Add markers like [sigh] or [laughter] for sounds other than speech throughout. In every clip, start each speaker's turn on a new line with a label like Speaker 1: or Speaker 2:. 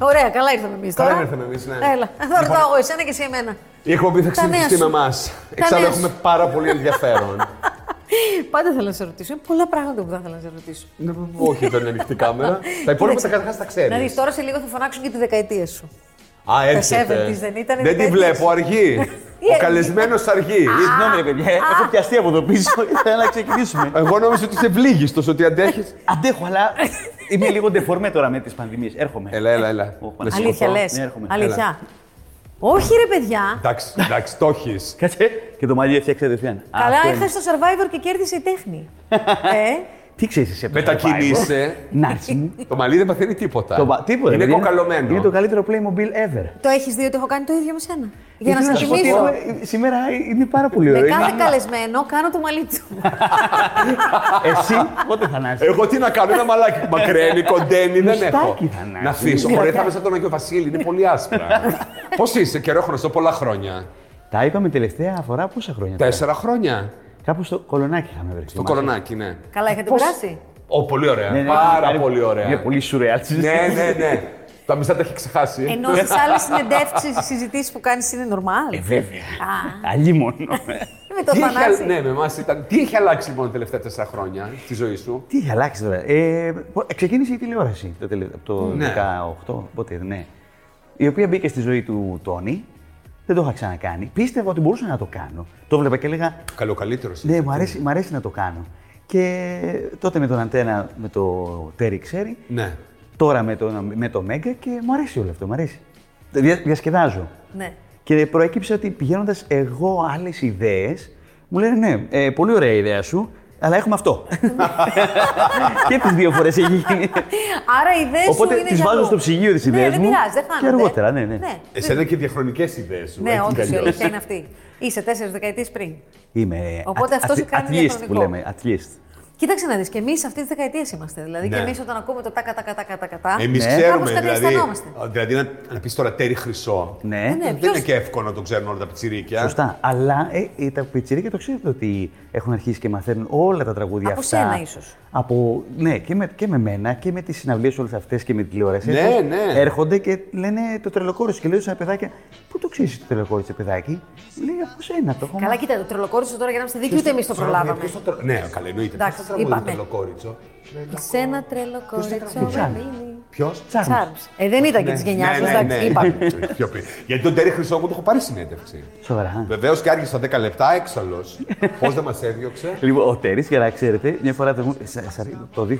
Speaker 1: Ωραία, καλά ήρθαμε εμείς τώρα.
Speaker 2: Καλά ήρθαμε εμείς, ναι.
Speaker 1: Έλα. Θα ρωτάω εγώ εσένα και εσύ εμένα.
Speaker 2: Η εκπομπή θα
Speaker 1: Τα νέα
Speaker 2: ξυπνήσει
Speaker 1: σου.
Speaker 2: με εμάς.
Speaker 1: Τα
Speaker 2: Εξάλλου
Speaker 1: νέα σου.
Speaker 2: έχουμε πάρα πολύ ενδιαφέρον.
Speaker 1: Πάντα θέλω να σε ρωτήσω. Είναι πολλά πράγματα που θα ήθελα να σε ρωτήσω.
Speaker 2: Ναι, Όχι, δεν είναι ανοιχτή
Speaker 1: [laughs]
Speaker 2: κάμερα. Τα υπόλοιπα τα καταρχάς τα
Speaker 1: Δηλαδή
Speaker 2: ξέρει.
Speaker 1: τώρα σε λίγο θα φωνάξουν και τη δεκαετία σου.
Speaker 2: Α, έρχεται.
Speaker 1: 70s δεν ήταν, Ε,
Speaker 2: Δεν τη
Speaker 1: 70s.
Speaker 2: βλέπω,
Speaker 1: [laughs]
Speaker 2: αργεί. Ο
Speaker 1: αργή.
Speaker 2: καλεσμένος αργεί.
Speaker 3: Ε, Συγγνώμη, ρε παιδιά, έχω πιαστεί από εδώ πίσω. [laughs] Ήθελα να ξεκινήσουμε.
Speaker 2: Εγώ νόμιζα ότι είσαι ευλίγιστος, ότι αντέχεις.
Speaker 3: Αντέχω, αλλά είμαι λίγο ντεφορμέ τώρα με τις πανδημίες. Έρχομαι.
Speaker 2: Έλα, έλα, έλα.
Speaker 3: Ω,
Speaker 2: Να
Speaker 3: Αλήθεια,
Speaker 2: σηκωθώ.
Speaker 1: Αλήθεια λε.
Speaker 3: ναι, έρχομαι.
Speaker 1: Αλήθεια. Όχι ρε παιδιά.
Speaker 2: Εντάξει, εντάξει, το έχεις.
Speaker 3: Κάτσε και το μαλλί έφτιαξε κατευθείαν.
Speaker 1: Καλά
Speaker 3: Αυτό είναι.
Speaker 1: ήρθε στο Survivor και κέρδισε η
Speaker 3: [laughs]
Speaker 1: τέχνη. ε,
Speaker 3: Τι ξέρεις εσύ από το
Speaker 2: Μετακινείσαι.
Speaker 3: [laughs] Survivor? Νάτσι μου.
Speaker 2: Το μαλλί δεν παθαίνει τίποτα.
Speaker 3: Το πα- Τίποτα.
Speaker 2: Είναι
Speaker 3: δηλαδή, Είναι το
Speaker 2: κοκαλωμένο.
Speaker 3: καλύτερο Playmobil ever.
Speaker 1: το έχεις δει ότι έχω κάνει το ίδιο με σένα.
Speaker 2: Ε,
Speaker 1: Για να
Speaker 3: Ήθελα
Speaker 1: σα
Speaker 3: σου πω ότι
Speaker 1: θυμίσω.
Speaker 3: έχουμε- Σήμερα είναι πάρα πολύ
Speaker 1: Με
Speaker 3: ωραίο.
Speaker 1: κάθε
Speaker 3: Είναι-
Speaker 1: καλεσμένο κάνω το μαλλί
Speaker 2: [laughs]
Speaker 1: του.
Speaker 3: Εσύ πότε θα να είσαι.
Speaker 2: Εγώ τι να κάνω, ένα μαλάκι που μακραίνει, κοντένει, δεν έχω.
Speaker 3: Μουστάκι θα είναι.
Speaker 2: Να αφήσω.
Speaker 3: Είναι
Speaker 2: Ωραία, θα
Speaker 3: κακά.
Speaker 2: είμαι σαν τον Αγιο Βασίλη, είναι πολύ άσπρα. [laughs] Πώς είσαι, καιρό χρονιστό, πολλά χρόνια.
Speaker 3: Τα είπαμε τελευταία φορά πόσα χρόνια. τώρα.
Speaker 2: Τέσσερα χρόνια.
Speaker 3: Κάπου στο κολονάκι είχαμε βρεθεί.
Speaker 2: Το
Speaker 3: μαζί.
Speaker 2: κολονάκι, ναι.
Speaker 1: Καλά, είχατε περάσει.
Speaker 2: Ω, πολύ ωραία.
Speaker 3: Ναι, ναι,
Speaker 2: Πάρα
Speaker 3: είναι-
Speaker 2: πολύ ωραία.
Speaker 3: Είναι πολύ σουρεάλ.
Speaker 2: ναι, ναι, ναι. [laughs] Τα μισά τα έχει ξεχάσει.
Speaker 1: Ενώ στις άλλες συνεντεύξεις, οι συζητήσεις που κάνεις είναι normal. Ε,
Speaker 3: Ε, βέβαια. Αλλή μόνο.
Speaker 1: [laughs] Με το
Speaker 2: Τι έχει
Speaker 1: Θανάση.
Speaker 2: α- ναι, με εμάς ήταν. Τι έχει αλλάξει λοιπόν τα τελευταία τέσσερα χρόνια στη ζωή σου.
Speaker 3: Τι έχει αλλάξει τώρα. Ε, πο- ξεκίνησε η τηλεόραση το, τελε- από το
Speaker 2: Ναι.
Speaker 3: 18, πότε, ναι. Η οποία μπήκε στη ζωή του Τόνι. Δεν το είχα ξανακάνει. Πίστευα ότι μπορούσα να το κάνω. Το βλέπα και έλεγα.
Speaker 2: Καλό καλύτερο.
Speaker 3: Ναι, μου αρέσει, μου αρέσει να το κάνω. Και τότε με τον Αντένα, με το Τέρι Ξέρει,
Speaker 2: Ναι.
Speaker 3: τώρα με το, με το Μέγκα και μου αρέσει όλο αυτό. Μου αρέσει. Δια, διασκεδάζω.
Speaker 1: Ναι.
Speaker 3: Και προέκυψε ότι πηγαίνοντας εγώ άλλες ιδέες, μου λένε ναι, ε, πολύ ωραία η ιδέα σου, αλλά έχουμε
Speaker 1: [laughs]
Speaker 3: αυτό. και τις δύο φορές έχει γίνει.
Speaker 1: Άρα οι ιδέες σου
Speaker 3: Οπότε
Speaker 1: είναι
Speaker 3: τις
Speaker 1: για
Speaker 3: βάζω
Speaker 1: αλλού.
Speaker 3: στο ψυγείο τις ιδέες
Speaker 1: ναι,
Speaker 3: μου
Speaker 1: Δεν πειράζει, δεν
Speaker 3: και
Speaker 1: χάνονται.
Speaker 3: αργότερα, ναι, ναι.
Speaker 2: Εσένα και διαχρονικές ιδέες Ε, σου.
Speaker 1: Ναι,
Speaker 2: έτσι κι
Speaker 1: όντω η
Speaker 2: αλλιώς.
Speaker 1: αλήθεια είναι αυτή. Είσαι τέσσερις δεκαετίες πριν.
Speaker 3: Είμαι
Speaker 1: Οπότε
Speaker 3: at-
Speaker 1: αυτό σου
Speaker 3: at-
Speaker 1: κάνει
Speaker 3: at
Speaker 1: μια
Speaker 3: least
Speaker 1: χρονικό.
Speaker 3: που λέμε. At least.
Speaker 1: Κοίταξε να δεις, και εμείς αυτή τη δεκαετία είμαστε. Δηλαδή,
Speaker 2: Ναι.
Speaker 1: και εμείς όταν ακούμε το τάκα, τάκα, τάκα, τάκα, τάκα.
Speaker 2: Εμεί
Speaker 3: Ναι.
Speaker 1: Κάπως
Speaker 2: ξέρουμε,
Speaker 1: τα
Speaker 2: δηλαδή.
Speaker 1: διαισθανόμαστε.
Speaker 2: Δηλαδή, να, να πεις τώρα τέρι χρυσό.
Speaker 3: Ναι.
Speaker 1: Ναι, ναι,
Speaker 2: Δεν
Speaker 1: ποιος-
Speaker 2: είναι και εύκολο να το ξέρουν όλα τα πιτσιρίκια.
Speaker 3: Σωστά. Αλλά ε, ε, τα πιτσιρίκια το ξέρετε ότι έχουν αρχίσει και μαθαίνουν όλα τα τραγούδια
Speaker 1: Από
Speaker 3: αυτά.
Speaker 1: σένα ίσως.
Speaker 3: Από Ναι, και με, και με μένα και με τις συναυλίες όλες αυτές και με τη τηλεόραση.
Speaker 2: Ναι,
Speaker 3: Έτσι,
Speaker 2: ναι.
Speaker 3: Έρχονται και λένε το τρελοκόρο και λέω σε ένα παιδάκι. Πού το ξέρεις το τρελοκόρο τη παιδάκι. Λέει από σένα το έχω.
Speaker 1: Καλά, κοίτα, το τρελοκόριτσο τώρα για να είμαστε δίκαιοι, ούτε εμείς το
Speaker 2: Σωστά,
Speaker 1: προλάβαμε.
Speaker 2: ποιος το τρο- Ναι, καλά, εννοείται.
Speaker 1: Εντάξει,
Speaker 2: Ποιος το τραγούδι
Speaker 1: είπαμε.
Speaker 2: το Λοκόριτσο.
Speaker 1: Εσένα
Speaker 2: Ποιος
Speaker 1: τρελοκόριτσο.
Speaker 2: το τραγουδάει? Ποιος.
Speaker 3: Τσάρμ.
Speaker 1: Τσάρμ. Ε, δεν ήταν
Speaker 2: Ναι,
Speaker 1: και τη γενιά σου, εντάξει, είπαμε.
Speaker 2: [laughs] Ε, Γιατί τον Τέρι Χρυσό, εγώ του έχω πάρει συνέντευξη.
Speaker 3: Σοβαρά.
Speaker 2: Βεβαίως και άργησε στα 10 λεπτά, έξαλλος. Πώς δεν μας έδιωξε.
Speaker 3: Λοιπόν, ο Τέρη, για να ξέρετε, μια φορά το, σα- σα- το 2010,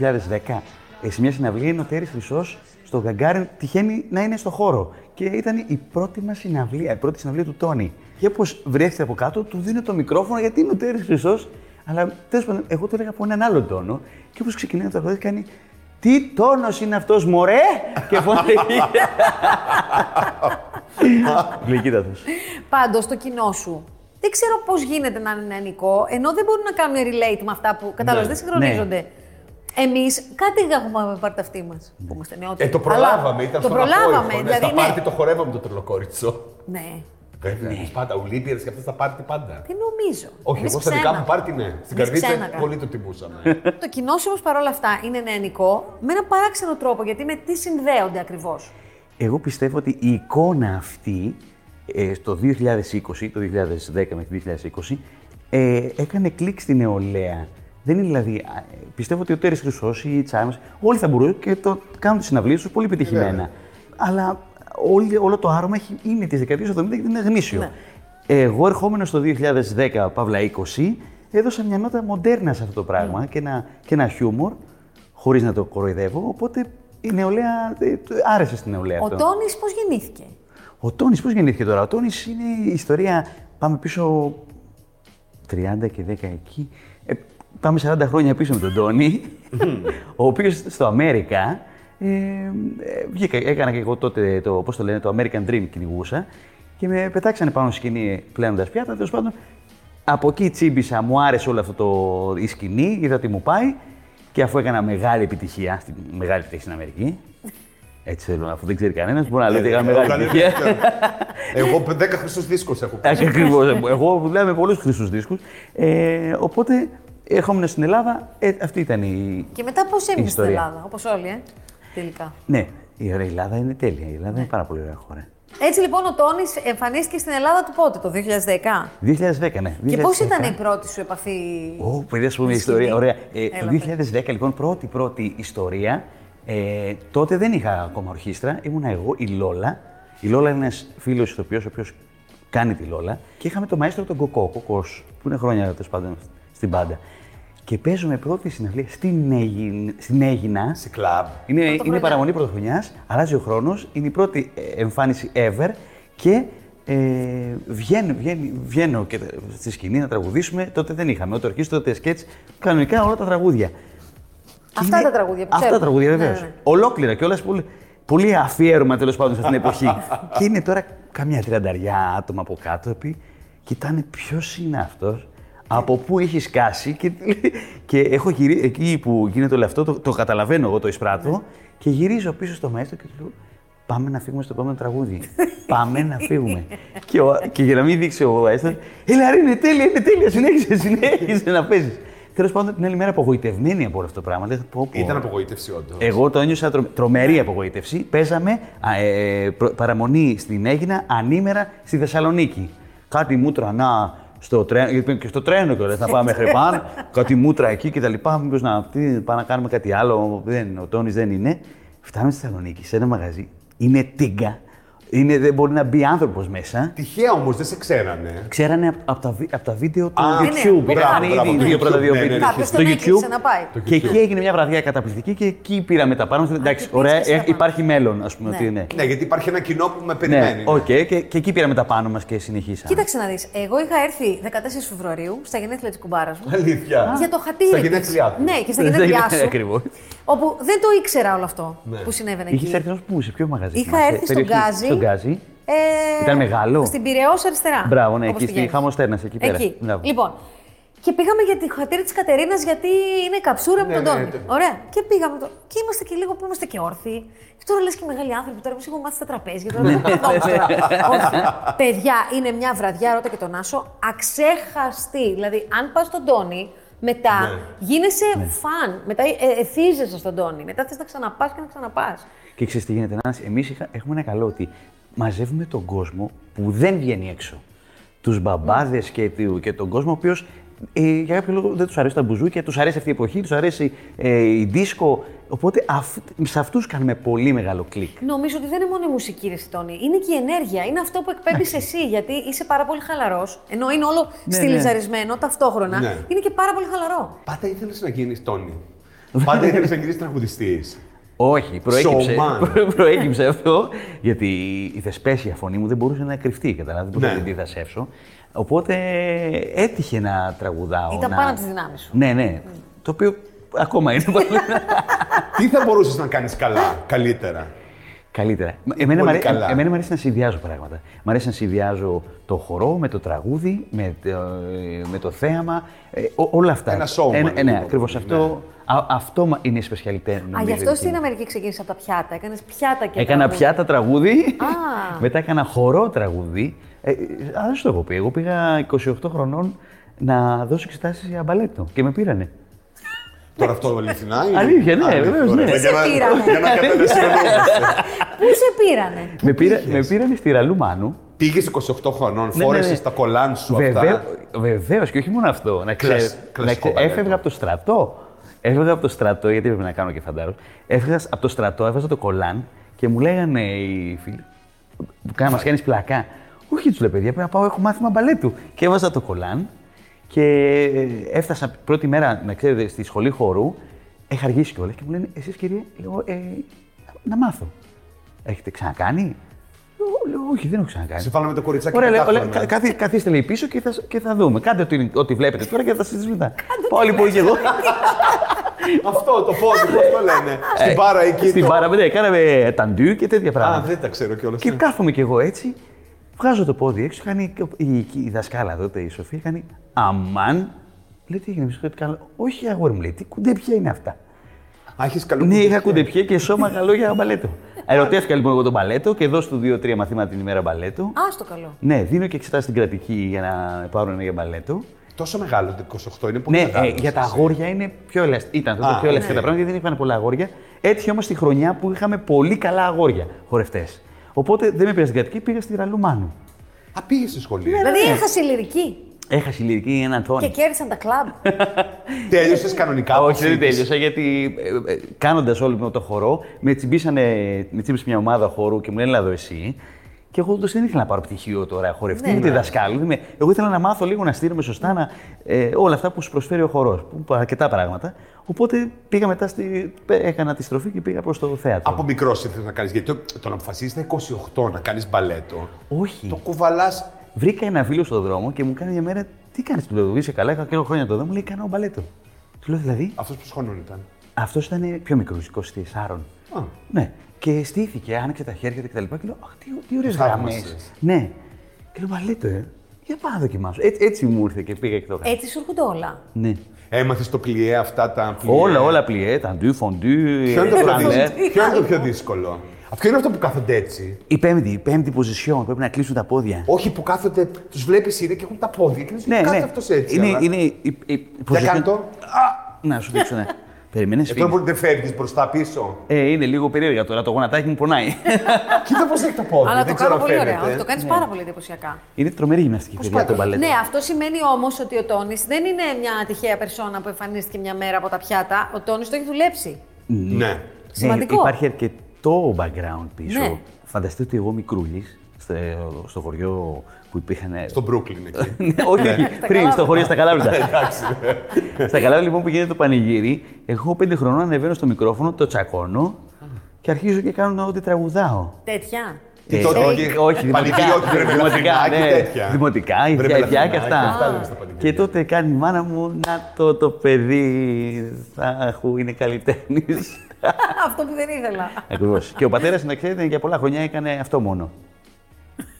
Speaker 3: ε, σε μια συναυλία είναι ο Τέρη Χρυσός στο Γκαγκάριν, τυχαίνει να είναι στο χώρο. Και ήταν η πρώτη μας συναυλία, η πρώτη συναυλία του Τόνι. Και όπως βρέθηκε από κάτω, του δίνω το μικρόφωνο γιατί είναι ο Τέρη Χρυσός. Αλλά τέλος πάντων, εγώ το έλεγα από έναν άλλον τόνο. Και όπως ξεκινάει το τραγούδι, κάνει. Τι τόνος είναι αυτός, Μωρέ! και φωνάζει. Λέει, κοίτα τους.
Speaker 1: Πάντως το κοινό σου. Δεν ξέρω πώς γίνεται να είναι νεανικό, ενώ δεν μπορούν να κάνουν relate με αυτά που κατάλαβες,
Speaker 2: Ναι,
Speaker 1: δεν συγχρονίζονται. Εμείς Εμείς κάτι έχουμε πάρει τα αυτή μας. Που είμαστε νεότεροι.
Speaker 2: Ε, το
Speaker 1: Αλλά
Speaker 2: προλάβαμε, ήταν
Speaker 1: Το
Speaker 2: στον απόϊχο,
Speaker 1: προλάβαμε,
Speaker 2: ναι,
Speaker 1: δηλαδή.
Speaker 2: Στα
Speaker 1: Ναι,
Speaker 2: πάρτι το χορεύαμε το τρελοκόριτσο.
Speaker 1: ναι.
Speaker 2: Βέβαια, εμείς πάντα. Ο Λίπιερ και αυτέ τα πάρτι πάντα.
Speaker 1: Δεν νομίζω.
Speaker 2: Όχι,
Speaker 1: Εμείς
Speaker 2: εγώ στα
Speaker 1: ξένα.
Speaker 2: δικά μου πάρτι ναι. Στην
Speaker 1: Εμείς
Speaker 2: καρδίτσα
Speaker 1: ξένα
Speaker 2: πολύ το τιμούσαμε.
Speaker 1: κάναμε. Το κοινό σου όμω παρόλα αυτά είναι νεανικό με ένα παράξενο τρόπο γιατί με τι συνδέονται ακριβώς.
Speaker 3: Εγώ πιστεύω ότι η εικόνα αυτή ε, στο 2020, το 2010 μέχρι το 2020, ε, έκανε κλικ στην νεολαία. Δεν είναι δηλαδή. α, ε, Πιστεύω ότι ο Τέρι Χρυσό ή η Τσάρμα, όλοι θα μπορούν και το κάνουν τις συναυλίες τους πολύ πετυχημένα. Αλλά όλη, όλο το άρωμα έχει, είναι της δεκαετίας του 70 και είναι γνήσιο. Εγώ ερχόμενο το 2010, παύλα 20, έδωσα μια νότα μοντέρνα σε αυτό το πράγμα και, ένα, και ένα χιούμορ, χωρίς να το κοροϊδεύω. Οπότε η νεολαία. ε, το- άρεσε στην νεολαία
Speaker 1: Ο
Speaker 3: αυτό.
Speaker 1: Τόνι πώς γεννήθηκε.
Speaker 3: Ο Τόνι, πώς γεννήθηκε τώρα. Ο Τόνι είναι η ιστορία. Πάμε πίσω 30 και 10 εκεί. Ε, πάμε 40 χρόνια πίσω με τον Τόνι, ο οποίος στο Αμέρικα. Ε, ε, βγήκα, έκανα και εγώ τότε το, πώς το λένε, το American Dream κυνηγούσα και με πετάξανε πάνω στη σκηνή πλένοντας πιάτα. Τέλος πάντων, από εκεί τσίμπησα, μου άρεσε όλο αυτό το, η σκηνή, είδα τι μου πάει και αφού έκανα μεγάλη επιτυχία, στη, μεγάλη επιτυχία στην Αμερική. Έτσι θέλω, αφού δεν ξέρει κανένας, μπορεί να λέει ότι έκανα μεγάλη επιτυχία.
Speaker 2: Εγώ 10 χρυσού δίσκου έχω
Speaker 1: [laughs]
Speaker 2: πει.
Speaker 3: Ακριβώ. Εγώ δουλεύω με πολλού χρυσού δίσκου. Ε, οπότε έρχομαι στην Ελλάδα. Ε, αυτή ήταν η.
Speaker 1: Και μετά πώ έμεινε στην
Speaker 3: ιστορία.
Speaker 1: Ελλάδα, όπω όλοι, ε, τελικά.
Speaker 3: Ναι. Η ωραία Ελλάδα είναι τέλεια. Η
Speaker 1: Ναι.
Speaker 3: Ελλάδα είναι πάρα πολύ ωραία χώρα.
Speaker 1: Έτσι λοιπόν ο Τόνι εμφανίστηκε στην Ελλάδα του πότε, το 2010.
Speaker 3: 2010, ναι.
Speaker 1: Και πώς
Speaker 3: 2010.
Speaker 1: ήταν η πρώτη σου επαφή.
Speaker 3: Ω, παιδιά, σου πω μια
Speaker 1: με τη
Speaker 3: ιστορία.
Speaker 1: σκηνή.
Speaker 3: Ωραία. Ε,
Speaker 1: Έλα,
Speaker 3: το 2010, λοιπόν, πρώτη πρώτη ιστορία. Ε, τότε δεν είχα ακόμα ορχήστρα. Ήμουνα εγώ, η Λόλα. Η Λόλα είναι ένας φίλος ηθοποιός, ο οποίος κάνει τη Λόλα. Και είχαμε τον μαέστρο τον Κοκό, Κοκό, που είναι χρόνια τέλος πάντων στην πάντα. Και παίζουμε πρώτη συναυλία στην, Αίγυ- στην Αίγινα.
Speaker 2: Σε κλαμπ.
Speaker 3: Είναι, είναι
Speaker 1: Πρωτοχρονιά.
Speaker 3: παραμονή πρωτοχρονιάς, αλλάζει ο χρόνος, είναι η πρώτη ε, εμφάνιση ever και ε, βγαίνω, βγαίνει- βγαίνω και, τα- στη σκηνή να τραγουδήσουμε. Τότε δεν είχαμε ούτε ορχήστρα, ούτε σκέτ, κανονικά όλα τα τραγούδια. Και
Speaker 1: Αυτά τα τραγούδια που
Speaker 3: Αυτά τα
Speaker 1: ξέρουμε.
Speaker 3: τραγούδια,
Speaker 1: Ναι,
Speaker 3: βεβαίως.
Speaker 1: ναι.
Speaker 3: Ολόκληρα κιόλα. Πολύ, πολύ αφιέρωμα τέλος πάντων σε αυτήν την εποχή. και είναι τώρα καμιά τριανταριά άτομα από κάτω που κοιτάνε ποιος είναι αυτός, από πού έχεις σκάσει. Και, και έχω γυρί, εκεί που γίνεται όλο αυτό, το, το καταλαβαίνω εγώ, το εισπράττω και γυρίζω πίσω στο μαέστρο και του λέω. Πάμε να φύγουμε στο επόμενο τραγούδι. Πάμε να φύγουμε. και, ο, και για να μην δείξει ο Άιστον, Ελά, ρε, είναι τέλεια, είναι τέλεια. Συνέχισε, συνέχισε να παίζεις. Τέλος πάντων, την άλλη μέρα απογοητευμένη από όλο αυτό το πράγμα. λέω, πω, πω.
Speaker 2: Ήταν απογοήτευση, όντως.
Speaker 3: Εγώ το ένιωσα τρο- τρομερή απογοήτευση. Παίζαμε α, ε, προ- παραμονή στην Έγινα, ανήμερα στη Θεσσαλονίκη. Κάτι μούτρα να στο τρένο, γιατί και στο τρένο κιόλας να πάμε μέχρι πάνω, κάτι μούτρα εκεί κτλ. Μήπως να τι, πάμε να κάνουμε κάτι άλλο. Δεν, ο Τόνι δεν είναι. Φτάνουμε στη Θεσσαλονίκη, σε ένα μαγαζί. Είναι τίγκα. Είναι, δεν μπορεί να μπει άνθρωπος μέσα.
Speaker 2: Τυχαία όμως δεν σε ξέρανε.
Speaker 3: Ξέρανε από, τα, βι- απ' τα βίντεο του
Speaker 2: Α,
Speaker 3: YouTube.
Speaker 2: ναι, ναι,
Speaker 3: Είχαν
Speaker 2: μπράβο, μπράβο, το
Speaker 3: ήδη δύο
Speaker 2: YouTube,
Speaker 3: πρώτα δύο
Speaker 2: ναι, ναι,
Speaker 3: βίντεο
Speaker 2: ναι.
Speaker 1: Κάποιος
Speaker 3: στο
Speaker 1: τον έκλεισε
Speaker 3: YouTube.
Speaker 1: να πάει.
Speaker 2: Το
Speaker 3: Και
Speaker 2: YouTube.
Speaker 3: εκεί έγινε μια βραδιά καταπληκτική και εκεί πήραμε τα πάνω. Εντάξει,
Speaker 1: και
Speaker 3: ωραία,
Speaker 1: πήρες και
Speaker 3: ε,
Speaker 1: στα πάνω.
Speaker 3: υπάρχει μέλλον, ας πούμε.
Speaker 1: Ναι.
Speaker 3: Ότι είναι.
Speaker 2: Ναι, γιατί υπάρχει ένα κοινό που με
Speaker 3: Ναι,
Speaker 2: περιμένει.
Speaker 3: οκ, και, και εκεί πήραμε τα πάνω μας και συνεχίσαμε.
Speaker 1: Κοίταξε να δεις. Εγώ είχα έρθει 14 Φεβρουαρίου στα γενέθλια της κουμπάρας μου.
Speaker 2: Αλήθεια.
Speaker 1: Για το χατήρι.
Speaker 2: Στα
Speaker 1: της.
Speaker 2: γενέθλιά του.
Speaker 1: Ναι, και στα
Speaker 3: Στα
Speaker 1: γενέθλιά
Speaker 3: γενέθλια,
Speaker 1: σου.
Speaker 3: ακριβώς.
Speaker 1: Όπου δεν το ήξερα όλο αυτό
Speaker 2: Ναι.
Speaker 1: που συνέβαινε
Speaker 3: Είχες
Speaker 1: εκεί.
Speaker 3: έρθει ως πού, σε ποιο μαγαζί.
Speaker 1: Είχα
Speaker 3: θυμάσαι,
Speaker 1: έρθει στον
Speaker 3: περιοχή?
Speaker 1: Γκάζι.
Speaker 3: Στον Γκάζι.
Speaker 1: Ε,
Speaker 3: Ήταν μεγάλο?
Speaker 1: Στην Πυραιό αριστερά.
Speaker 3: Μπράβο, ναι,
Speaker 1: όπως
Speaker 3: εκεί
Speaker 1: τη
Speaker 3: στη
Speaker 1: λένε.
Speaker 3: Χαμοστέρνα, εκεί πέρα.
Speaker 1: Εκεί.
Speaker 3: Μπράβο.
Speaker 1: Λοιπόν, και πήγαμε για τη χατήρι της Κατερίνας, γιατί είναι καψούρα από
Speaker 2: Ναι,
Speaker 1: τον
Speaker 2: ναι,
Speaker 1: Τόνι.
Speaker 2: το-
Speaker 1: Ωραία. Και πήγαμε. Το... Και είμαστε και λίγο που είμαστε και όρθιοι. Και τώρα λες και μεγάλοι άνθρωποι, τώρα εμείς έχουμε μάθει στα τραπέζια. Τώρα δεν
Speaker 3: Ναι.
Speaker 1: καθόμαστε. Όχι. Παιδιά, είναι μια βραδιά, ρώτα και τον Άσο, αξέχαστη. Δηλαδή, αν πας στον Τόνι, μετά
Speaker 2: Ναι.
Speaker 1: γίνεσαι
Speaker 3: Ναι.
Speaker 1: φαν. Μετά ε, εθίζεσαι στον Τόνι. Μετά θες να ξαναπάς και να ξαναπάς.
Speaker 3: Και ξέρεις τι γίνεται, εμεί έχουμε ένα καλό ότι μαζεύουμε τον κόσμο που δεν βγαίνει έξω. Τους μπαμπάδες και, του- και τον κόσμο ο οποίος ε, για κάποιο λόγο δεν τους αρέσει τα μπουζούκια, τους αρέσει αυτή η εποχή, τους αρέσει ε, η δίσκο. Οπότε αυ, σε αυτούς κάνουμε πολύ μεγάλο κλικ.
Speaker 1: Νομίζω ότι δεν είναι μόνο η μουσική, ρε Στόνη. Είναι και η ενέργεια. Είναι αυτό που εκπέμπεις εσύ, γιατί είσαι πάρα πολύ χαλαρός. Ενώ είναι όλο
Speaker 3: Ναι,
Speaker 1: στυλιζαρισμένο ταυτόχρονα,
Speaker 2: Ναι.
Speaker 1: είναι και πάρα πολύ χαλαρό.
Speaker 2: Πάντα ήθελες να γίνεις Τόνι. Πάντα ήθελες να γίνεις τραγουδιστής.
Speaker 3: Όχι, προέκυψε,
Speaker 2: Showman.
Speaker 3: [laughs] προ- προέκυψε αυτό, γιατί η θεσπέσια φωνή μου δεν μπορούσε να κρυφτεί, καταλάβατε, δεν μπορούσα
Speaker 2: Ναι.
Speaker 3: να την διδασέψω. Οπότε έτυχε να τραγουδάω.
Speaker 1: Ήταν
Speaker 3: να...
Speaker 1: πάνω από τις δυνάμεις σου.
Speaker 3: Ναι, ναι. Το οποίο ακόμα είναι πάνω.
Speaker 1: [laughs]
Speaker 2: Τι θα μπορούσες να κάνεις καλά, καλύτερα.
Speaker 3: Καλύτερα. Εμένα, μ'
Speaker 2: Πολύ
Speaker 3: αρέ-
Speaker 2: καλά.
Speaker 3: εμένα μου αρέσει να συνδυάζω πράγματα. Μ' αρέσει να συνδυάζω το χορό με το τραγούδι, με το, με το θέαμα, ε, ό- όλα αυτά.
Speaker 2: Ένα showman,
Speaker 3: Ε, ναι,
Speaker 2: λίγο,
Speaker 3: ακριβώς
Speaker 2: ναι.
Speaker 3: αυτό. α- αυτό μα- είναι η σπεσιαλιτέ.
Speaker 1: Α, γι'
Speaker 3: νομίζω,
Speaker 1: αυτό
Speaker 3: δική
Speaker 1: στην
Speaker 3: μου.
Speaker 1: Αμερική ξεκίνησες από τα πιάτα. Έκανες πιάτα και.
Speaker 3: Έκανα
Speaker 1: τραγούδι.
Speaker 3: πιάτα τραγούδι,
Speaker 1: Α.
Speaker 3: [laughs] μετά έκανα χορό τραγούδι. Ε, ε, ας, δεν σου το έχω πει. Εγώ πήγα 28 χρονών να δώσω εξετάσεις για μπαλέτο και με πήρανε.
Speaker 2: Τώρα αυτό αληθινά είναι.
Speaker 3: Αλήθεια, ναι,
Speaker 2: Αλήθεια,
Speaker 3: βεβαίως,
Speaker 2: ωραία.
Speaker 3: ναι.
Speaker 1: Σε
Speaker 2: Για να-
Speaker 1: πήραμε.
Speaker 2: Για να καταλαβαίνω.
Speaker 1: Πού σε πήρανε.
Speaker 3: Με, πήρα, με πήρανε στη Ραλουμάνου.
Speaker 2: Πήγε 28 χρονών,
Speaker 3: Ναι, ναι,
Speaker 2: φόρεσες
Speaker 3: ναι.
Speaker 2: τα κολάν σου αυτά.
Speaker 3: Βεβαίω και όχι μόνο αυτό. Να ξέρει.
Speaker 2: Κλασ- κλασικό μπαλέτο.
Speaker 3: Έφευγα από το στρατό. Έφευγα από το στρατό, γιατί έπρεπε να κάνω και φαντάρο. Έφευγα από το στρατό, έβαζα το κολάν και μου λέγανε οι φίλοι. Κάνα μα κάνεις πλακά. Όχι, τους λέει παιδιά, πρέπει να πάω, έχω μάθημα μπαλέτου. Και έβαζα το κολάν και ε, έφτασα πρώτη μέρα, να ξέρετε, στη σχολή χορού. Έχα αργήσει κιόλας και μου λένε, εσείς κυρία, λέω, «Ε, να μάθω. Έχετε ξανακάνει. Λέω, «Λέω, όχι, δεν έχω ξανακάνει.
Speaker 2: Σε βάλαμε το κοριτσάκι
Speaker 3: Ωραία, λέω,
Speaker 2: πετάχτωνα.
Speaker 3: λέω, κα- καθί- καθίστε λέει πίσω και θα, σ- και θα δούμε. Κάντε ό,τι, ό,τι βλέπετε τώρα και θα συζητήσουμε μετά. Πάω λοιπόν και εγώ.
Speaker 2: [laughs] Αυτό το πόδι, πώς το λένε. Στην πάρα εκεί.
Speaker 3: Ε, Στην
Speaker 2: το-
Speaker 3: πάρα, ναι, κάναμε ταντού και τέτοια
Speaker 2: Α,
Speaker 3: πράγματα.
Speaker 2: δεν τα ξέρω ναι. κιόλας.
Speaker 3: Και κάθομαι κι εγώ έτσι, βγάζω το πόδι έξω, κάνει και ο- η, η- η δασκάλα τότε, η Σοφία, κάνει αμάν. Λέει, τι έγινε, μισό λεπτό, κάνω, Όχι, αγόρι μου, λέει, τι κουντεπιά είναι αυτά.
Speaker 2: Α, έχεις καλό
Speaker 3: Ναι,
Speaker 2: κουτί.
Speaker 3: είχα κουντεπιέ και σώμα καλό για μπαλέτο. Ερωτεύτηκα λοιπόν εγώ τον μπαλέτο και δώσω του δύο-τρία μαθήματα την ημέρα μπαλέτο.
Speaker 1: Α το καλό.
Speaker 3: Ναι, δίνω και εξετάσει στην κρατική για να πάρουν ένα για μπαλέτο.
Speaker 2: τόσο μεγάλο, το 28 είναι πολύ
Speaker 3: Ναι, ε,
Speaker 2: μεγάλο.
Speaker 3: για τα αγόρια είναι πιο ελαστικά. Ήταν τότε
Speaker 2: Α, ναι.
Speaker 3: πιο ελαστικά
Speaker 2: οκ.
Speaker 3: τα πράγματα γιατί δεν είχαν πολλά αγόρια. Έτυχε όμως τη χρονιά που είχαμε πολύ καλά αγόρια χορευτές. Οπότε δεν με πήρες στην κατοική, πήγα στη Ραλουμάνου.
Speaker 2: Α, πήγες στη σχολή.
Speaker 3: Ναι,
Speaker 1: Δηλαδή έχασε η
Speaker 3: Λοιπόν.
Speaker 1: λυρική
Speaker 3: Έχασε η λυρική έναν
Speaker 1: και
Speaker 3: Θόνη.
Speaker 1: κέρδισαν τα κλαμπ.
Speaker 2: Τέλειωσες κανονικά. από
Speaker 3: ναι, Όχι, δεν
Speaker 2: σύντηση.
Speaker 3: τέλειωσα γιατί κάνοντας όλο το χορό, με τσιμπήσανε, με τσιμπήσε μια ομάδα χορού και μου λένε Ελά εδώ εσύ. Και εγώ όντω δεν ήθελα να πάρω πτυχίο τώρα χορευτή,
Speaker 1: Ναι.
Speaker 3: ούτε δασκάλου. δεν είμαι- Εγώ ήθελα να μάθω λίγο να στείλουμε σωστά να, ε, όλα αυτά που σου προσφέρει ο χορός. Αρκετά πράγματα. Οπότε πήγα μετά, στη, έκανα τη στροφή και πήγα προς το θέατρο.
Speaker 2: Από μικρός ήθελες να κάνεις. Γιατί το, το να αποφασίσει τα 28 να κάνεις μπαλέτο.
Speaker 3: Όχι.
Speaker 2: Το κουβαλάς.
Speaker 3: Βρήκα ένα φίλο στον δρόμο και μου κάνει μια μέρα. Τι κάνεις, του λέω, Είσαι καλά, είχα και εγώ χρόνια το δω. Μου λέει, Κάνω μπαλέτο. Του λέω, Δηλαδή,
Speaker 2: Αυτός που σχολούν ήταν.
Speaker 3: αυτός ήταν πιο μικρός, 24.
Speaker 2: Α.
Speaker 3: Ναι. Και στήθηκε, άνοιξε τα χέρια του κτλ. Και λέω, Αχ, τι, τι ωραίες γραμμέ.
Speaker 2: Θαύμασες.
Speaker 3: Ναι. Και λέω, Μπαλέτο, ε. Για πάω να δοκιμάσω. Έτσι, έτσι μου ήρθε και πήγα και το έκανα.
Speaker 1: Έτσι σου έρχονται όλα.
Speaker 2: Ε,
Speaker 3: Ναι.
Speaker 2: Έμαθες το πλοιέ αυτά τα πλοιέ.
Speaker 3: Όλα, Ναι, όλα πλοιέ, τα ντου, φοντού,
Speaker 2: Ποιο είναι το πιο
Speaker 3: φανλέ.
Speaker 2: δύσκολο. Ποιο είναι το πιο δύσκολο. Αυτό είναι αυτό που κάθονται έτσι.
Speaker 3: Η πέμπτη, η πέμπτη position, πρέπει να κλείσουν τα πόδια.
Speaker 2: Όχι που κάθονται, τους βλέπεις είναι και έχουν τα πόδια και λες,
Speaker 3: Ναι,
Speaker 2: κάθεται
Speaker 3: ναι.
Speaker 2: αυτός έτσι.
Speaker 3: Είναι,
Speaker 2: αλλά».
Speaker 3: είναι η, η, η
Speaker 2: Για
Speaker 3: position-
Speaker 2: κάνε το.
Speaker 3: Α, να σου δείξω, ναι. Περιμένε,
Speaker 2: Ε, τώρα μπορεί να δεν φεύγει μπροστά πίσω.
Speaker 3: Ε, είναι λίγο περίεργα τώρα, το γονατάκι μου
Speaker 2: [laughs]
Speaker 3: πονάει.
Speaker 2: Κοίτα πώς έχει τα πόδια.
Speaker 1: Αλλά
Speaker 2: δεν
Speaker 1: το
Speaker 2: ξέρω
Speaker 1: κάνω
Speaker 2: αν
Speaker 1: πολύ ωραία.
Speaker 2: φαίνεται.
Speaker 1: Όχι, Το
Speaker 3: Ναι.
Speaker 1: κάνει πάρα πολύ εντυπωσιακά.
Speaker 3: είναι τρομερή γυμναστική παιδιά
Speaker 2: πάει
Speaker 3: το
Speaker 2: το-
Speaker 3: μπαλέτο.
Speaker 1: Ναι, αυτό σημαίνει όμως ότι ο Τόνι δεν είναι μια τυχαία περσόνα που εμφανίστηκε μια μέρα από τα πιάτα. Ο Τόνι το έχει δουλέψει.
Speaker 2: Ναι.
Speaker 1: σημαντικό.
Speaker 3: υπάρχει αρκετό background πίσω.
Speaker 1: Ναι.
Speaker 3: Φανταστείτε ότι εγώ μικρούλης, στο, στο χωριό που υπήρχαν...
Speaker 2: Στον Brooklyn εκεί.
Speaker 3: Ναι, όχι, [laughs] όχι, πριν,
Speaker 1: Καλάβρητα.
Speaker 3: στο χωριό στα
Speaker 2: Ναι,
Speaker 3: Καλάβρητα. στα Καλάβρητα λοιπόν που γίνεται το πανηγύρι, εγώ πέντε χρονών ανεβαίνω στο μικρόφωνο, το τσακώνω και αρχίζω και κάνω ότι τραγουδάω.
Speaker 1: Τέτοια.
Speaker 2: Τι
Speaker 3: Ε,
Speaker 2: τότε,
Speaker 3: όχι,
Speaker 2: όχι,
Speaker 3: όχι, δημοτικά.
Speaker 2: πανηγύρι, όχι, βρε
Speaker 3: δημοτικά,
Speaker 2: μελαφινάκι,
Speaker 3: ναι,
Speaker 2: τέτοια.
Speaker 3: δημοτικά, η
Speaker 2: Βρε
Speaker 3: διαδιά και
Speaker 2: μελαφινάκι,
Speaker 3: αυτά.
Speaker 2: αυτά λέμε στα πανηγύρια.
Speaker 3: Και τότε κάνει η μάνα μου, να το το παιδί, αχού, είναι καλλιτέχνης. [laughs]
Speaker 1: Αυτό που δεν ήθελα.
Speaker 3: Ακριβώς. και ο πατέρας, να ξέρετε, για πολλά χρόνια έκανε αυτό μόνο.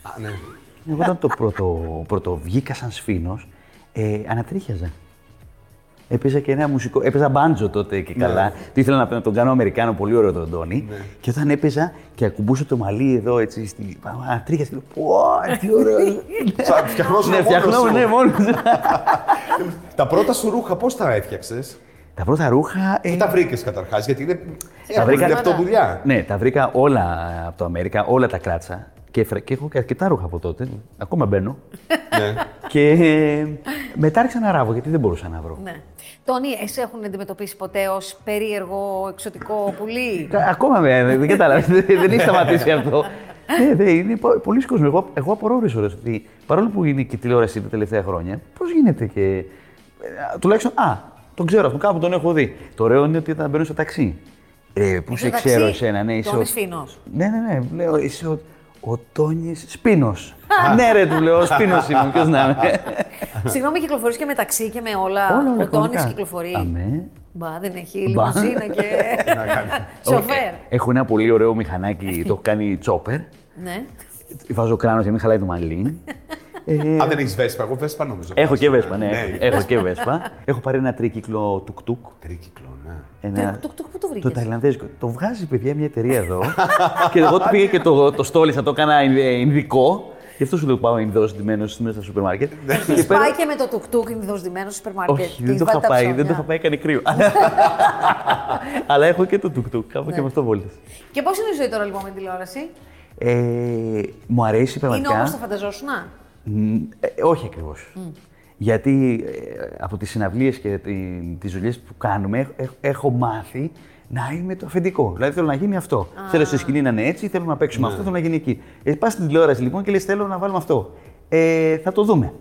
Speaker 2: Α, ναι.
Speaker 3: Εγώ όταν το πρώτο, πρώτο βγήκα σαν σφήνος, ε, ανατρίχιαζα. Έπαιζα και ένα μουσικό. Έπαιζα μπάντζο τότε
Speaker 2: Ναι.
Speaker 3: και καλά. Τι ήθελα να, να τον κάνω Αμερικάνο, πολύ ωραίο τον Τόνι. Και όταν έπαιζα και ακουμπούσα το μαλλί εδώ έτσι. Στη, ανατρίχιαζα. και λέω, Πω, τι ωραίο.
Speaker 2: [laughs] Σαν- φτιαχνόσουν
Speaker 3: ναι,
Speaker 2: μόνος
Speaker 3: φτιαχνόμουν,
Speaker 2: σου.
Speaker 3: ναι, μόνος.
Speaker 2: Τα πρώτα σου ρούχα πώς τα έφτιαξες.
Speaker 3: τα πρώτα ρούχα. ε,
Speaker 2: Πού τα βρήκες καταρχάς, γιατί είναι.
Speaker 3: Τα βρήκα-
Speaker 2: αυτό δουλειά.
Speaker 3: Ναι, τα βρήκα όλα από το Αμέρικα, όλα τα κράτσα. Και, έφερα- και έχω και αρκετά ρούχα από τότε. Ακόμα μπαίνω. Ναι.
Speaker 2: Ναι.
Speaker 3: και ε, μετά άρχισα να ράβω, γιατί δεν μπορούσα να βρω.
Speaker 1: Ναι. Τόνι, εσύ έχουν αντιμετωπίσει ποτέ ως περίεργο, εξωτικό πουλί.
Speaker 3: [laughs] Κα- Ακόμα με, δεν- δεν
Speaker 1: [laughs]
Speaker 3: κατάλαβε. δεν δεν έχει σταματήσει αυτό. Ναι, ναι, είναι πο- πολλοί κόσμοι. Εγώ, εγώ απορώ ώρες ώρες ότι παρόλο που είναι και η τηλεόραση τα τελευταία χρόνια, πώς γίνεται και. ε, α, Τουλάχιστον, α, τον ξέρω αυτό, κάπου τον έχω δει. Το ωραίο είναι ότι όταν μπαίνω στο ταξί. Ε, πού σε
Speaker 1: Εντάξει,
Speaker 3: ξέρω εσένα, ναι, είσαι. ο-
Speaker 1: Τόνι Φίνος.
Speaker 3: Ναι, ναι, ναι. Λέω, είσαι ο, ο Τόνις Σπίνος.
Speaker 1: [laughs]
Speaker 3: ναι, ρε, του λέω, Σπίνος είμαι, ποιος να είμαι.
Speaker 1: Συγγνώμη, κυκλοφορείς και με ταξί και με όλα. [laughs]
Speaker 3: Όλα, όλα,
Speaker 1: ο Τόνι
Speaker 3: κανονικά.
Speaker 1: κυκλοφορεί.
Speaker 3: Αμέ.
Speaker 1: Μπα, δεν έχει
Speaker 3: Μπα.
Speaker 1: λιμουζίνα και.
Speaker 3: [laughs]
Speaker 1: [laughs] Σοφέρ.
Speaker 3: ε, Έχω ένα πολύ ωραίο μηχανάκι, το έχω κάνει τσόπερ.
Speaker 1: Ναι.
Speaker 3: Βάζω κράνος για να μην χαλάει το μαλλί. Ε,
Speaker 2: Αν δεν έχεις βέσπα, εγώ βέσπα νομίζω.
Speaker 3: έχω
Speaker 2: βάζω,
Speaker 3: και βέσπα, ναι.
Speaker 2: ναι.
Speaker 3: Έχω και βέσπα. έχω πάρει ένα τρίκυκλο τουκ-τουκ.
Speaker 2: Τρίκυκλο, ναι.
Speaker 3: Ένα...
Speaker 1: Τουκ, τουκ, τουκ, πού το βρήκες?
Speaker 3: Το ταϊλανδέζικο. Το βγάζει, παιδιά, μια εταιρεία εδώ. [laughs] και εγώ το πήγα και το, το στόλισα, το έκανα ε, ινδικό. Γι' αυτό σου λέω πάω Ινδό ντυμένο μέσα στο σούπερ μάρκετ.
Speaker 1: Έχει
Speaker 3: Και πέρα-
Speaker 1: πάει Ναι. και με το τουκτούκ ενδοσδημένο στο σούπερ μάρκετ. Ναι.
Speaker 3: Όχι,
Speaker 1: Της
Speaker 3: δεν το
Speaker 1: βάλει
Speaker 3: είχα
Speaker 1: τα
Speaker 3: πάει, δεν το
Speaker 1: ψώνια.
Speaker 3: είχα πάει, έκανε κρύο. [laughs] Αλλά έχω και το τουκ-τουκ, κάπου
Speaker 1: Ναι.
Speaker 3: και με αυτό βόλτες.
Speaker 1: Και πώς είναι η ζωή τώρα λοιπόν με τηλεόραση.
Speaker 3: Ε, μου
Speaker 1: Είναι
Speaker 3: αρέσει πραγματικά.
Speaker 1: όμω το φανταζόσουν.
Speaker 3: Μ, ε, όχι ακριβώς. Γιατί ε, από τις συναυλίες και τη- τις δουλειές που κάνουμε έχ- έχ- έχω μάθει να είμαι το αφεντικό. Δηλαδή θέλω να γίνει αυτό. Θέλω στη σκηνή να είναι έτσι, θέλω να παίξουμε
Speaker 2: Ναι.
Speaker 3: αυτό, θέλω να γίνει εκεί. Ε, πας στην τηλεόραση λοιπόν και λες θέλω να βάλουμε αυτό. Ε, θα το δούμε.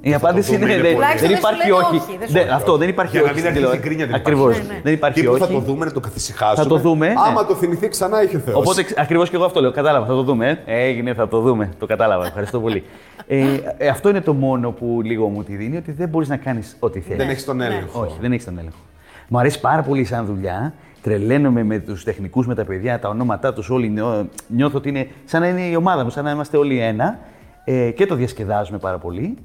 Speaker 3: Η απάντηση
Speaker 2: Ε, δούμε,
Speaker 3: είναι,
Speaker 2: είναι
Speaker 3: δεν-
Speaker 2: πολύ.
Speaker 3: δεν
Speaker 1: Τουλάχιστον δεν
Speaker 3: υπάρχει
Speaker 1: σου λένε
Speaker 3: όχι.
Speaker 1: όχι, δεν σου
Speaker 3: Δεν-
Speaker 1: λένε
Speaker 3: Αυτό δεν υπάρχει
Speaker 2: Για να
Speaker 3: όχι.
Speaker 2: μην
Speaker 3: στην
Speaker 2: αρχίσει η
Speaker 3: τηλεόραση.
Speaker 2: γκρίνια, δεν υπάρχει.
Speaker 3: Ακριβώς.
Speaker 1: Ναι, ναι.
Speaker 3: Δεν υπάρχει
Speaker 2: Και που θα το
Speaker 3: όχι.
Speaker 2: δούμε να το καθησυχάσουμε.
Speaker 3: Θα το δούμε, ναι.
Speaker 2: Άμα το θυμηθεί ξανά, έχει ο Θεός.
Speaker 3: Οπότε ακριβώς και εγώ αυτό λέω. Κατάλαβα, θα το δούμε. ε. Έγινε, θα το δούμε. Το κατάλαβα. Ευχαριστώ πολύ. Ε, ε, αυτό είναι το μόνο που λίγο μου τη δίνει, ότι δεν μπορείς να κάνεις ό,τι θέλει.
Speaker 2: δεν έχεις τον έλεγχο.
Speaker 3: Ναι, Όχι, δεν έχεις τον έλεγχο. Μου αρέσει πάρα πολύ σαν δουλειά. Τρελαίνομαι με τους τεχνικούς, με τα παιδιά, τα ονόματά τους όλοι. νιώ- Νιώθω ότι είναι σαν να είναι η ομάδα μου, σαν να είμαστε όλοι ένα. Ε, και το διασκεδάζουμε πάρα πολύ.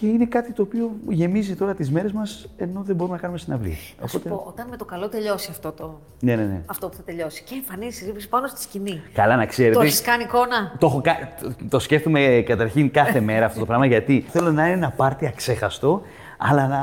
Speaker 3: Και είναι κάτι το οποίο γεμίζει τώρα τις μέρες μας, ενώ δεν μπορούμε να κάνουμε συναυλία.
Speaker 1: Να σου πω, όταν με το καλό τελειώσει αυτό, το,
Speaker 3: Ναι, ναι, ναι.
Speaker 1: αυτό που θα τελειώσει και εμφανίσει, ρίχνει πάνω στη σκηνή.
Speaker 3: Καλά να
Speaker 1: Το
Speaker 3: ξέρετε.
Speaker 1: έχεις κάνει εικόνα.
Speaker 3: Το, έχω κα- το- το σκέφτομαι καταρχήν κάθε μέρα αυτό το πράγμα γιατί θέλω να είναι ένα πάρτι αξέχαστο, αλλά να,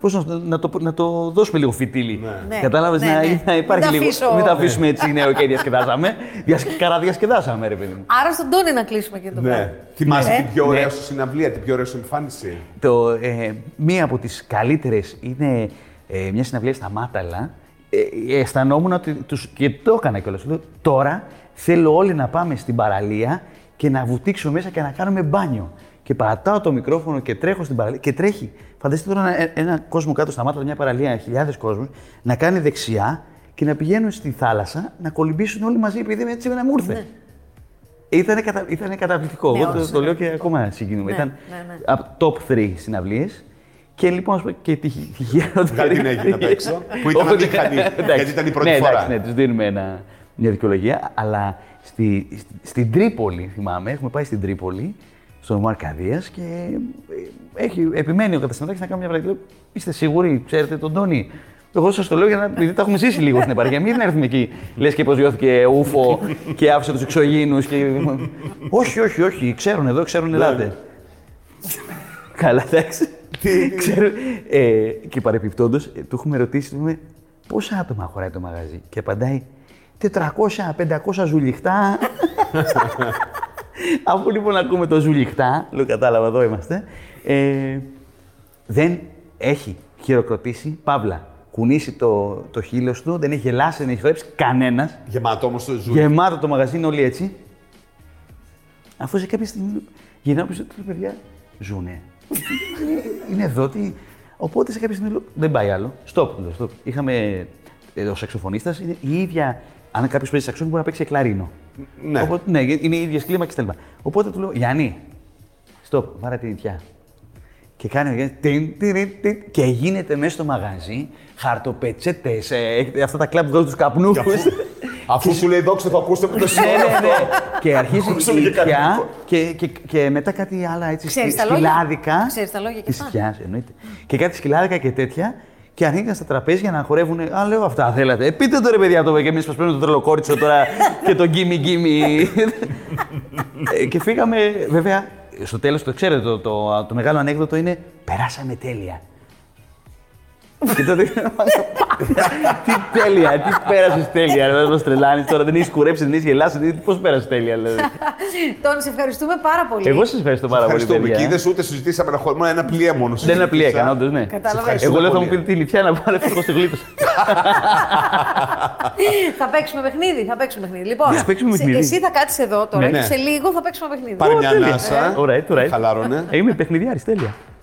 Speaker 3: πώς να, να το, να το δώσουμε λίγο φιτίλι.
Speaker 1: Ναι.
Speaker 3: Κατάλαβες
Speaker 1: Ναι,
Speaker 3: να,
Speaker 1: ναι.
Speaker 3: να υπάρχει
Speaker 1: Μην τα
Speaker 3: λίγο.
Speaker 1: αφήσω.
Speaker 3: Μην τα αφήσουμε έτσι, ναι, οκ, διασκεδάσαμε. Διασκε- Καραδιασκεδάσαμε, ρε παιδί μου.
Speaker 1: Άρα στον Τόνι να κλείσουμε και το
Speaker 2: Ναι. Θυμάσαι
Speaker 1: Ε.
Speaker 2: την πιο ωραία
Speaker 3: Ναι.
Speaker 2: σου συναυλία, την πιο ωραία σου εμφάνιση.
Speaker 3: Το, ε, μία από τις καλύτερες είναι ε, μια συναυλία στα Μάταλα. Ε, αισθανόμουν ότι τους, και το έκανα κιόλας. Λέω, Τώρα θέλω όλοι να πάμε στην παραλία και να βουτήξουμε μέσα και να κάνουμε μπάνιο. Και παρατάω το μικρόφωνο και τρέχω στην παραλία και τρέχει. Φανταστείτε τώρα ένα, ένα κόσμο κάτω στα Μάταλα, μια παραλία, χιλιάδες κόσμους, να κάνει δεξιά και να πηγαίνουν στη θάλασσα να κολυμπήσουν όλοι μαζί επειδή έτσι να μου ήρθε. Ήτανε, κατα... ήτανε καταπληκτικό.
Speaker 1: Ναι,
Speaker 3: Εγώ
Speaker 1: όντως.
Speaker 3: το, το λέω και ακόμα συγκινούμε.
Speaker 1: Ναι,
Speaker 3: Ήταν
Speaker 1: ναι, ναι.
Speaker 3: από top 3 συναυλίες. Και λοιπόν, ας πούμε, και τυχ- τυχαία ότι.
Speaker 2: Βγάλε την Αίγυπτο απ' έξω, που ήταν
Speaker 3: Όχι,
Speaker 2: ατύχανη,
Speaker 3: εντάξει.
Speaker 2: γιατί ήταν η πρώτη
Speaker 3: ναι,
Speaker 2: φορά.
Speaker 3: Εντάξει, ναι, τους δίνουμε ένα, μια δικαιολογία. Αλλά στη, στη- στην Τρίπολη, θυμάμαι, έχουμε πάει στην Τρίπολη, στον Ομάρ Καδίας και ε, έχει, επιμένει ο καταστηματάρχη να κάνει μια βραδιά. Λέω, Είστε σίγουροι, ξέρετε τον Τόνι. Εγώ σας το λέω για να. επειδή τα έχουμε ζήσει λίγο στην επαρχία. Μην έρθουμε εκεί. Λες και πω γιώθηκε ούφο και άφησε τους εξωγήνου. Και...
Speaker 2: [laughs]
Speaker 3: όχι, όχι, όχι. Ξέρουν εδώ, ξέρουν ελάτε. Καλά, εντάξει. Ξέρω. Ε, και παρεπιπτόντως, του έχουμε ρωτήσει, του λέμε, πόσα άτομα χωράει το μαγαζί. Και απαντάει, 400-500 ζουλιχτά. Αφού λοιπόν ακούμε το ζουλιχτά, λέω κατάλαβα, εδώ είμαστε. Ε, δεν έχει χειροκροτήσει, παύλα, κουνήσει το, το χείλος του, δεν έχει γελάσει, δεν έχει χορέψει κανένας.
Speaker 2: Γεμάτο όμως το ζούρι.
Speaker 3: Γεμάτο το μαγαζί είναι όλοι έτσι. Αφού σε κάποια στιγμή γυρνάω πίσω του παιδιά ζουνε. είναι εδώ τι. Οπότε σε κάποια στιγμή λέω, δεν πάει άλλο. Stop, λέω, stop. Είχαμε ε, ο σαξοφωνίστας, είναι η ίδια. Αν κάποιος παίζει σαξόφωνο μπορεί να παίξει και κλαρίνο.
Speaker 2: Ναι.
Speaker 3: Οπότε, ναι, είναι οι ίδιε κλίμακε κτλ. Οπότε του λέω, Γιάννη, stop, βάρα την νητιά. Και κάνει ο Γιάννης τιν, τιρι, τιν, και γίνεται μέσα στο μαγαζί χαρτοπετσέτες, ε, έχετε αυτά τα κλαμπ τους καπνούς. [laughs]
Speaker 2: Αφού σου λέει δόξα το ακούστε με το
Speaker 3: Ναι,
Speaker 2: σύνορο.
Speaker 3: ναι, ναι. και αρχίζει η
Speaker 2: Ακούσαμε και κάτι
Speaker 3: σκιά
Speaker 2: άλλο.
Speaker 3: και, και, και μετά κάτι άλλα έτσι
Speaker 1: Ξέρεις
Speaker 3: σκι-
Speaker 1: τα λόγια?
Speaker 3: σκυλάδικα.
Speaker 1: Ξέρεις τα λόγια και
Speaker 3: Της
Speaker 1: αυτά?
Speaker 3: σκιάς, εννοείται. Και κάτι σκυλάδικα και τέτοια. Και ανοίγαν στα τραπέζια να χορεύουν. Α, λέω αυτά θέλατε. Ε, πείτε το ρε παιδιά το και εμείς μας παίρνουμε το τρελοκόριτσο τώρα και τον γκίμι γκίμι. Ε, και φύγαμε, βέβαια, στο τέλος το ξέρετε, το, το, το μεγάλο ανέκδοτο είναι περάσαμε τέλεια. Και τότε είπα, Τι τέλεια, τι πέρασες τέλεια. Δεν μας τρελάνεις τώρα, δεν έχεις κουρέψει, δεν έχεις γελάσει. Πώς πέρασες τέλεια, δηλαδή.
Speaker 1: [laughs] Τόνι, σε ευχαριστούμε πάρα πολύ.
Speaker 3: Εγώ σα ευχαριστώ Ναι, πάρα πολύ.
Speaker 2: Ευχαριστούμε.
Speaker 3: παιδιά.
Speaker 2: Και είδες ούτε συζητήσαμε ένα χώρο. μόνο Ένα πλοία μόνο.
Speaker 3: Δεν είναι απλή
Speaker 2: συζήτησα.
Speaker 3: έκανα, όντω, ναι.
Speaker 1: Κατάλαβα.
Speaker 3: Εγώ λέω θα μου
Speaker 2: πολύ.
Speaker 3: πείτε τη λιτιά να πάρω ευτυχώς τη γλίτωσα.
Speaker 1: [laughs] θα παίξουμε παιχνίδι, θα παίξουμε παιχνίδι. Λοιπόν,
Speaker 3: Ναι, Θα παίξουμε
Speaker 1: σε-
Speaker 3: παιχνίδι.
Speaker 1: εσύ θα κάτσεις εδώ τώρα
Speaker 2: Ναι.
Speaker 1: και σε λίγο θα παίξουμε παιχνίδι.
Speaker 2: Πάρε
Speaker 1: Ω,
Speaker 2: μια
Speaker 1: τέλεια.
Speaker 2: ανάσα.
Speaker 3: Ωραία, τώρα.
Speaker 2: Χαλάρωνε.
Speaker 3: Είμαι παιχνιδιάρης, τέλεια.